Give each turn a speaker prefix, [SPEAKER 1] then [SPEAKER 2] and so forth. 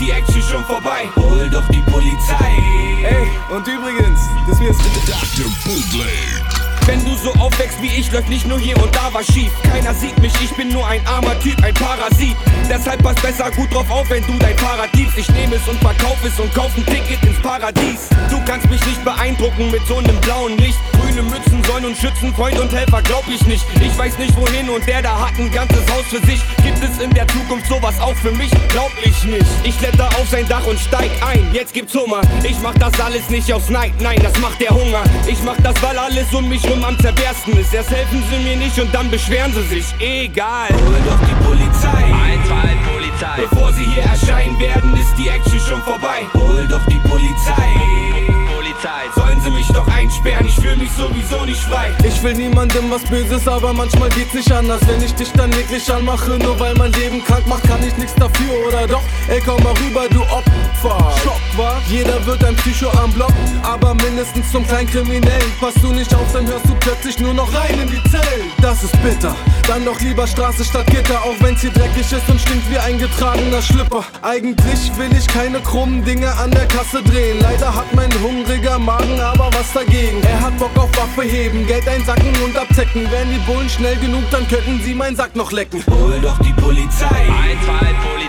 [SPEAKER 1] die Action schon vorbei. Hol doch die Polizei.
[SPEAKER 2] Ey, und übrigens, das hier ist
[SPEAKER 3] Dr. Bootleg.
[SPEAKER 1] Wenn du so aufwächst wie ich, läuft nicht nur hier und da was schief. Keiner sieht mich, ich bin nur ein armer Typ, ein Parasit. Deshalb pass besser gut drauf auf, wenn du dein Fahrrad liebst. Ich nehme es und verkauf es und kauf ein Ticket ins Paradies. Du kannst mich nicht beeindrucken mit so einem blauen Licht. Grüne Mützen sollen uns schützen, Freund und Helfer glaub ich nicht. Ich weiß nicht wohin und der da hat ein ganzes Haus für sich. Gibt es in der Zukunft sowas auch für mich? Glaub ich nicht. Ich kletter auf sein Dach und steig ein, jetzt gibt's Hunger. Ich mach das alles nicht aus Neid, nein, das macht der Hunger. Ich mach das, weil alles um mich rum am zerbersten ist. Erst helfen sie mir nicht und dann beschweren sie sich. Egal. Hol doch die Polizei.
[SPEAKER 4] Einfall Polizei.
[SPEAKER 1] Bevor sie hier erscheinen werden, ist die Action schon vorbei. Hol doch die Polizei.
[SPEAKER 4] Polizei.
[SPEAKER 1] Sollen sie mich doch einsperren, ich fühl mich sowieso nicht frei.
[SPEAKER 2] Ich will niemandem was Böses, aber manchmal geht's nicht anders. Wenn ich dich dann wirklich anmache, nur weil mein Leben krank macht, kann ich nichts dafür, oder doch? Ey, komm mal rüber, du Opfer. Schock war, jeder wird ein Psycho am Block, aber mindestens zum kleinen Kriminellen. Passt du nicht auf, dann hörst du plötzlich nur noch rein in die Zellen. Das ist bitter, dann doch lieber Straße statt Gitter, auch wenn's hier dreckig ist und stinkt wie ein getragener Schlipper. Eigentlich will ich keine krummen Dinge an der Kasse drehen. Leider hat mein hungriger Magen aber was dagegen. Er hat Bock auf Waffe heben, Geld einsacken und abzecken. Wären die Bullen schnell genug, dann könnten sie meinen Sack noch lecken.
[SPEAKER 1] Hol doch die Polizei.
[SPEAKER 4] Einfall Polizei.